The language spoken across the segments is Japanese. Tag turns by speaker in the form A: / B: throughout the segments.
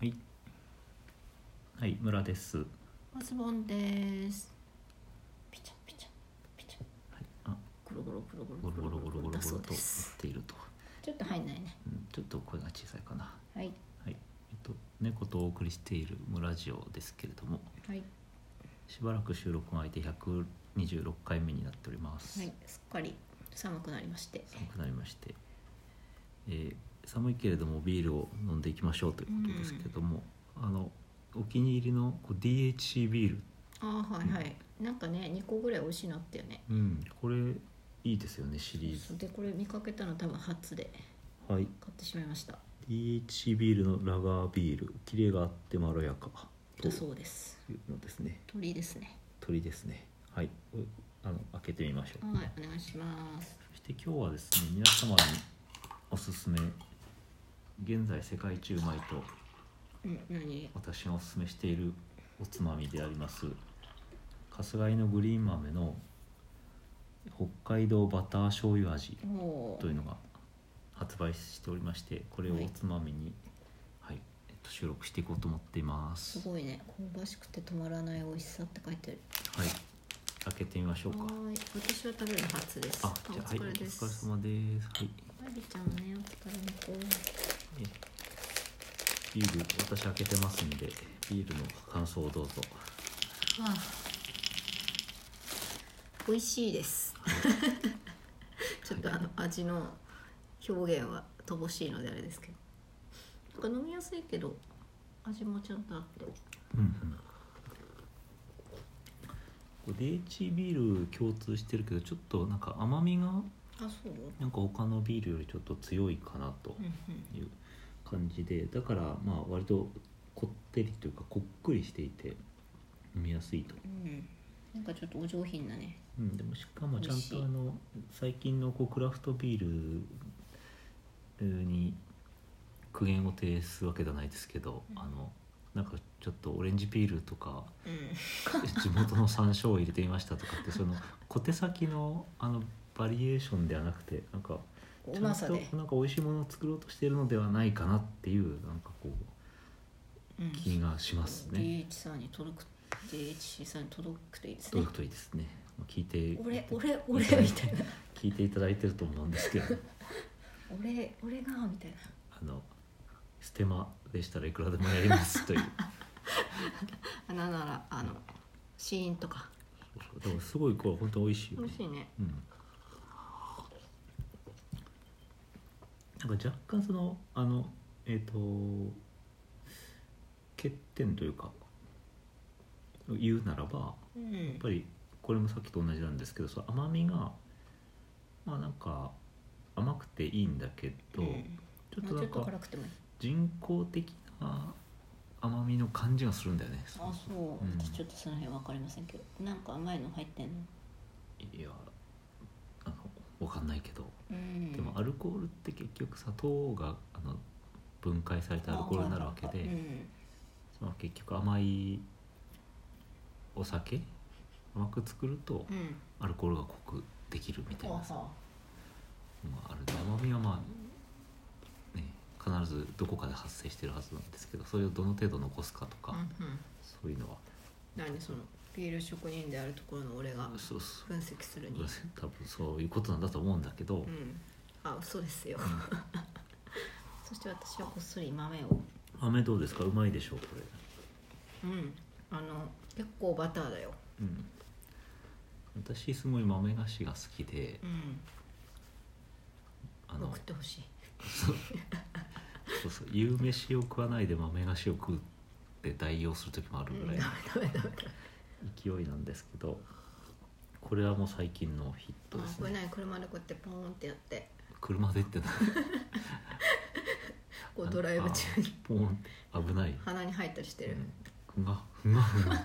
A: はい。はい、村です。
B: マズボンです。ピチャピチャピチャ。
A: あ、
B: ゴロゴロゴロ
A: ゴ
B: ゴ
A: ロ
B: ロ
A: ゴロゴロゴロ
B: だ
A: ゴ
B: そ
A: ロ
B: う
A: と
B: で
A: 打っ
B: す。
A: ていると。
B: ちょっと入んないね。
A: うんちょっと声が小さいかな。
B: はい
A: はい。えっと、猫とお送りしている村ジオですけれども、
B: はい
A: しばらく収録が空いて126回目になっております。
B: はい。すっかり寒くなりまして。
A: 寒くなりまして、えー寒いけれどもビールを飲んでいきましょうということですけども、あのお気に入りのこう DHC ビール、
B: ああはいはい。なんかね二個ぐらい美味しいなってよね。
A: うん、これいいですよねシリーズ
B: そうでこれ見かけたの多分初で
A: はい
B: 買ってしまいました。
A: DH ビールのラガービールキレがあってまろやかと
B: だ
A: い
B: そうです。
A: うのですね
B: 鳥ですね。
A: 鳥ですねはいおあの開けてみましょう、
B: はいお願いします。
A: そして今日はですね皆様におすすめ現在世界一うまいと
B: うん何？
A: 私がおすすめしているおつまみであります春日井のグリーン豆の北海道バター醤油味
B: おお
A: というのが発売しておりましてこれをおつまみに、はいえっと、収録していこうと思っています
B: すごいね香ばしくて止まらない美味しさって書いてあ
A: は
B: る。
A: い開けてみましょう
B: は
A: か
B: ーい私は食べるの初です。
A: あじゃあはいお疲れ様ですはい
B: バビちゃんね、お疲れの子。
A: えビール私開けてますんでビールの感想をどうぞ
B: ああ美味しいです。 ちょっとあの味の表現は乏しいのであれですけど。なんか飲みやすいけど味もちゃんとあって。
A: うんうんこれ DH ビール共通してるけどちょっとなんか甘みが
B: あ、そう。
A: なんか他のビールよりちょっと強いかなと
B: うんうん。
A: いう感じでだからまあ割とこってりというかこっくりしていて飲みやすいと、
B: うん。なんかちょっとお上品なね。
A: うん、でもしかもちゃん
B: 美味しい
A: とあの最近のこうクラフトビールに苦言を呈すわけじゃないですけど、
B: うん
A: あのなんかちょっとオレンジビールと か
B: うん。
A: 地元の山椒を入れてみましたとかってその小手先のあのバリエーションではなくてなんか
B: うまさ
A: ちゃん
B: で
A: と。なんか美味しいものを作ろうとしているのではないかなっていうなんかこう
B: うん。
A: 気がしますね。
B: DH さんに届く DHC さんに届くといいです
A: どうい
B: ね
A: う。こといいですね。まあ聞いて
B: 俺俺俺みたいな。
A: 聞いていただいてると思うんですけど、
B: 俺俺がみたいな
A: あのステマでしたらいくらでもやりますと いう。
B: あなんならあのシーンとか
A: でもすごいこれ本当美味しいよ
B: 美
A: ね
B: 味。しいね
A: うん。なんか若干そのあのえっ、と欠点というか言うならば
B: う
A: や
B: ん
A: っぱりこれもさっきと同じなんですけどその甘みがまあなんか甘くていいんだけど、
B: うん
A: ちょっ
B: まあ
A: とな
B: ちょ
A: ん
B: っと
A: か
B: 辛くてもいい
A: 人工的な甘みの感じがするんだよね
B: あそう、
A: うん
B: 私ちょっとその辺わかりませんけどなんか甘いの入ってんの
A: いやあのわかんないけど、
B: うん
A: でもアルコールって結局砂糖があの分解されてアルコールになるわけで、
B: うん
A: その結局甘いお酒甘く作ると
B: うん
A: アルコールが濃くできるみたい
B: ほう
A: なさ
B: ほ
A: まあ、ある甘みはまあね必ずどこかで発生してるはずなんですけどそれをどの程度残すかと
B: う
A: か、
B: うんうん
A: そういうのは
B: 何そのビール職人であるところの俺が
A: そうそう
B: 分析するに
A: 多分そういうことなんだと思うんだけど、
B: うんあ嘘ですよ そして私はこっそり豆を
A: 豆どうですかうまいでしょうこれ、
B: うんあの結構バターだよ
A: うん、私すごい豆菓子が好きで
B: うん
A: あの
B: 送ってほしい
A: そうそうそう夕飯を食わないで豆菓子を食うって代用する時もあるぐらいの
B: ダメダメダメダメ
A: 勢いなんですけどこれはもう最近のヒットで
B: あ
A: す
B: これ
A: ね
B: 何車でこうやってポーンってやって
A: 車でってな
B: こうドライブ中に
A: ポーンって危ない
B: 鼻に入ったりしてる、
A: ふんがふんがふんがっ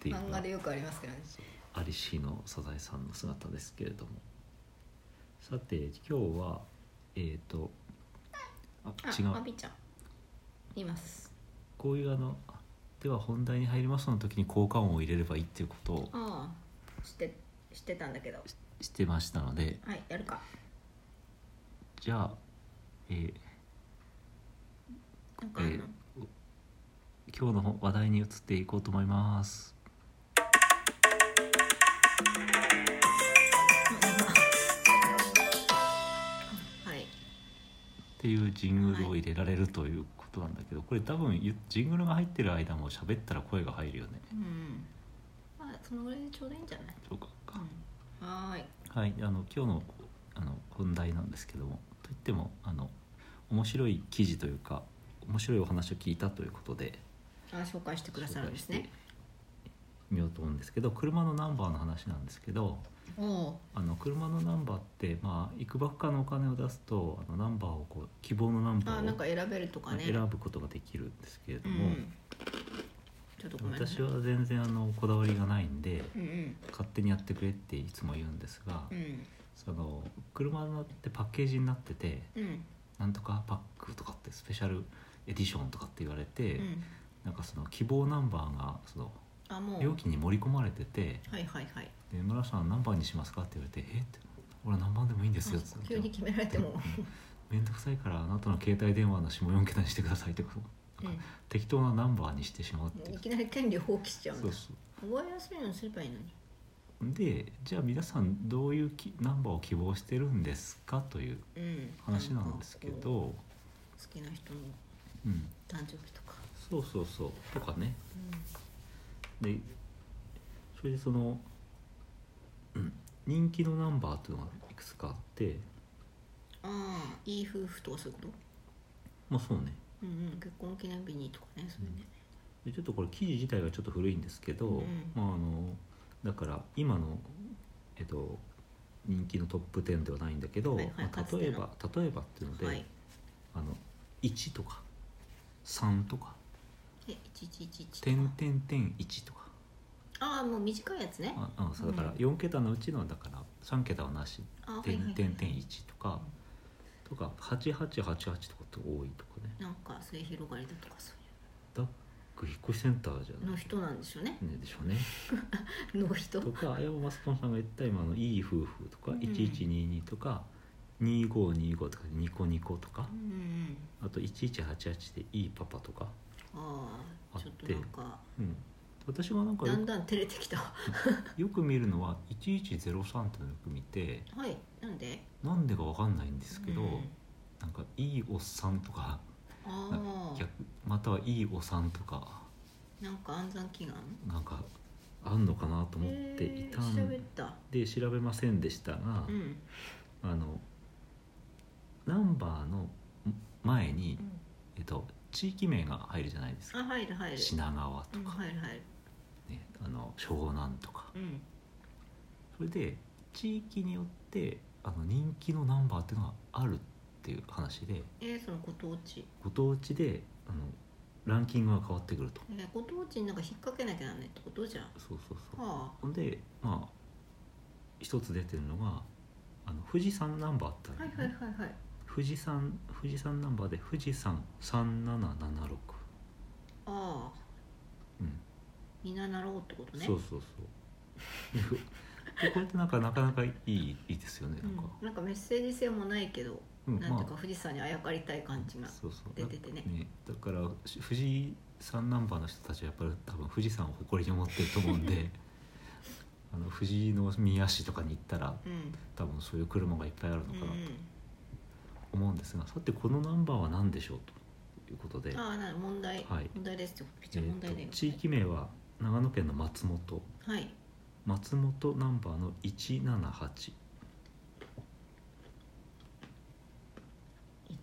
A: ていう
B: 漫画でよくありますけどね
A: アリシーのサザエさんの姿ですけれどもさて今日はえっ、とあ
B: あ
A: 違
B: ア
A: う
B: ビちゃんいます
A: こういうあのあでは本題に入りますの時に効果音を入れればいいっていうことを
B: ああ知って知ってたんだけど
A: してましたので
B: はいやるか
A: じゃあえー
B: なんかあの、
A: えー今日の話題に移っていこうと思います
B: はい
A: っていうジングルを入れられるということなんだけどこれ多分ゆジングルが入ってる間も喋ったら声が入るよね
B: うんまあそのぐらいでちょうどいいんじゃない、
A: そうか
B: うん、はーい
A: はいあの今日のあの本題なんですけどもといってもあの面白い記事というか面白いお話を聞いたということで
B: あ紹介してくださるんですね
A: 見ようと思うんですけど車のナンバーの話なんですけど
B: おお
A: あの車のナンバーってまあいくばくかのお金を出すとあのナンバーをこう希望のナン
B: ー
A: バ
B: あなんか
A: ーを
B: 選べるとかね
A: 選ぶことができるんですけれど
B: う
A: も、
B: ん、ちょっとごめんなさい
A: 私は全然あのこだわりがないんで
B: うんうん
A: 勝手にやってくれっていつも言うんですが、
B: うん
A: その車のってパッケージになってて
B: うん
A: なんとかパックとかってスペシャルエディションとかって言われて、
B: うん
A: なんかその希望ナンバーがその
B: あもう
A: 料金に盛り込まれてて
B: はいはいはい
A: 「で村さん何番にしますか?」って言われて「えっ?」て「俺何番でもいいんですよ」って
B: 急に決められても、
A: 面倒くさいからあなたの携帯電話の下4桁にしてください」ってことなんか
B: う
A: 適当なナンバーにしてしまうって
B: ん、
A: い。
B: いうきなり権利を放棄しちゃうん
A: そ
B: だ
A: うそう
B: 覚えやすいのにすればいいのに
A: でじゃあ皆さんどういうきナンバーを希望してるんですかという
B: うん
A: 話なんですけ
B: なんかこ
A: ど、
B: う好きな人の
A: うん、
B: 誕生日とか、
A: そうそうそうとかねでそれでその、うん、人気のナンバーっていうのがいくつかあって
B: うん、ああいい夫婦とかそういうこと
A: まあそうね
B: うんうん結婚記念日にとかねそういうね
A: でちょっとこれ記事自体はちょっと古いんですけど、
B: うん
A: まああのだから今のえっと人気のトップ10ではないんだけど、
B: はいはい
A: ま
B: かつ
A: あ、
B: て
A: 例
B: の
A: えば例えばっていうので、
B: はい
A: あの1とか3とか
B: え1111と
A: 点
B: か
A: 点点1とか、
B: ああもう短いやつね
A: ああそうだから4桁のうちのだから3桁はなし
B: あはい
A: 点
B: はい
A: 点点1とかとか8888とかって多いとかね
B: なんか末広がりだとかそうい
A: ダック引っ越しセンターじゃ
B: う
A: な
B: の
A: い
B: 人なんでしょうね
A: ねでしょうね
B: の人
A: とか山マスコンさんが言った今の「いい夫婦」とか「
B: うん
A: 1122」とか「2525」とか「ニコニコ」とか
B: うんうん
A: あと「1188」で「いいパパ」とか、
B: あ
A: あ
B: あ
A: っ
B: ちょ
A: て
B: っとなんか
A: うん、私がなんか
B: だ
A: よ
B: んだん照れてきたわ
A: よく見るのは「1103」っていうのをよく見て
B: はいなんで
A: なんでかわかんないんですけど、
B: うん
A: なんか「いいおっさん」とか
B: あ
A: 逆または「いいおさん」とか
B: あなんか暗算祈願
A: なんかあんのかなと思っていた
B: え
A: ん
B: ー調べた
A: で調べませんでしたが、
B: うん
A: あのナンバーの前に、えっと、地域名が入るじゃないですか
B: あ入る入る
A: 品川と
B: うん
A: か、
B: 入る入る
A: ね、あの湘南とか
B: うん
A: それで地域によってあの人気のナンバーっていうのがあるっていう話で
B: えーそのご当地
A: ご当地であのランキングが変わってくると
B: えーご当地になんか引っ掛けなきゃなんないってことじゃんは
A: そうそうそう
B: あ
A: ほんでまあ一つ出てるのがあの富士山ナンバーってある
B: は
A: よ
B: い
A: ね、
B: はいはいはい
A: 富士山富士山ナンバーで富士山3776、
B: ああ
A: うん、
B: みんななろうってことね
A: そうそうそうでこれってなんかなかなかいいいいですよね
B: う
A: なんんか、
B: なんかメッセージ性もないけど、
A: うん
B: なんていうか富士山にあやかりたい感じが
A: そうそう
B: 出ててね
A: だからし富士山ナンバーの人たちはやっぱり多分富士山を誇りに思ってると思うん であの富士の宮市とかに行ったら
B: うん
A: 多分そういう車がいっぱいあるの
B: う
A: か
B: ん
A: なと思うんですが、さてこのナンバーは何でしょうということで
B: うん、ああなる問題、
A: はい
B: 問題ですってことピッチ
A: え
B: ャ
A: ー
B: ー
A: と
B: 問題だよ、
A: 地域名は長野県の松本
B: はい
A: 松本ナンバーの178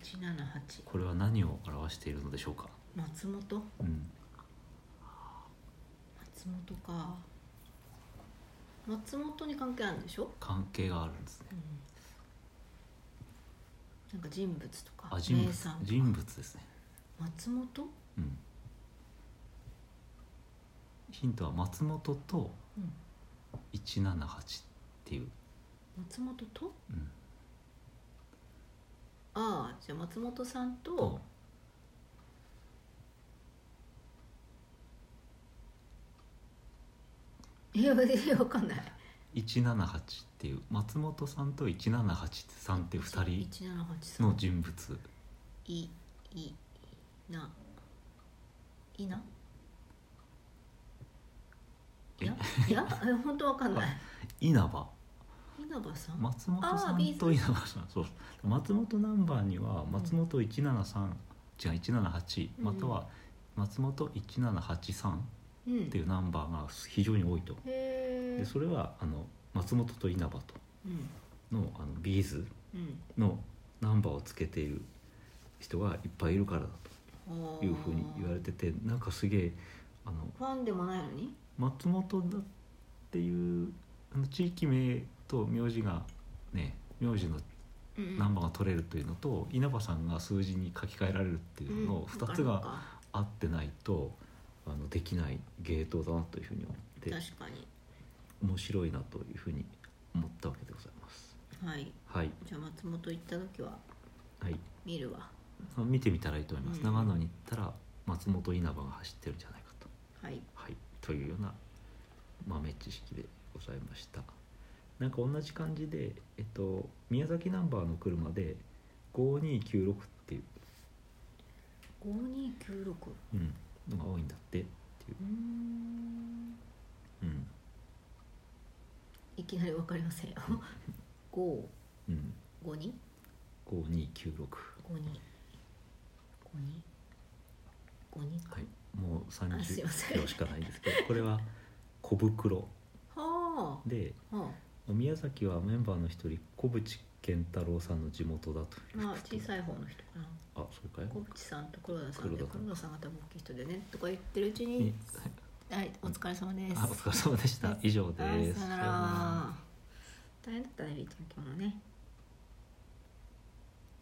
B: 178
A: これは何を表しているのでしょうか、
B: 松本
A: うん、
B: 松本か松本に関係あるんでしょ、
A: 関係があるんですね
B: なんか人物とか
A: あ人
B: 名
A: 物
B: 産とか
A: 人物ですね、
B: 松本、
A: うん、ヒントは松本と
B: うん、
A: 178っていう、
B: 松本と
A: うん、
B: ああじゃあ松本さんと
A: と
B: いやいやわかんない
A: 178っていう松本さんと178って3って2
B: 一七八
A: 人
B: 三
A: の人物
B: いいないないないやえ本当わかん ない
A: 稲葉
B: 稲葉さん、
A: 松本さ
B: あー
A: ん
B: B
A: と稲葉さんそう松本ナンバーには松本173、違う178
B: うん
A: または松本1783っ
B: うん、
A: ていうナンバーが非常に多いと、
B: へえ
A: でそれはあの松本と稲葉と
B: うん
A: のあのビーズ
B: うん
A: のナンバーをつけている人がいっぱいいるからだ
B: あー
A: というふうに言われててなんかすげえあの
B: ファンでもないのに
A: 松本だっていうあの地域名と名字がね名字の
B: うん
A: ナンバーが取れるというのと、稲葉さんが数字に書き換えられるっていうのの2つが合ってないと、あのできない芸当だなというふうに思って
B: 確かに
A: 面白いなというふうに思ったわけでございます。
B: はい
A: はい、
B: じゃあ松本行った時は
A: はい、
B: 見るわ
A: あ見てみたらいいと思います。
B: うん
A: 長野に行ったら松本稲葉が走ってるんじゃないかと。
B: はい
A: はい、というような豆知識でございましたなんか同じ感じで、えっと、宮崎ナンバーの車で5296っていう、
B: 5296う
A: うん、のが多いんだってっていう
B: ー、ん
A: うん
B: いきなりわかりま せんよ
A: うん、
B: 552
A: 5296
B: 52
A: はい
B: 52
A: もう
B: あすいませ
A: 30
B: ん
A: 秒しかないんですけどこれは小袋
B: は
A: で
B: あはあ
A: 宮崎はメンバーの一人小淵健太郎さんの地元だという
B: まあ
A: こと
B: 小
A: で
B: さい方の人かな
A: あそうかい
B: 小口さんと黒田さんで
A: 黒
B: 黒
A: 田さん
B: 田さんが多分大きい人でねとか言ってるうち
A: に
B: にはいお疲れ様です
A: あお疲れ様でした以上
B: はい
A: です
B: さよなら大変だったねビートの着物ね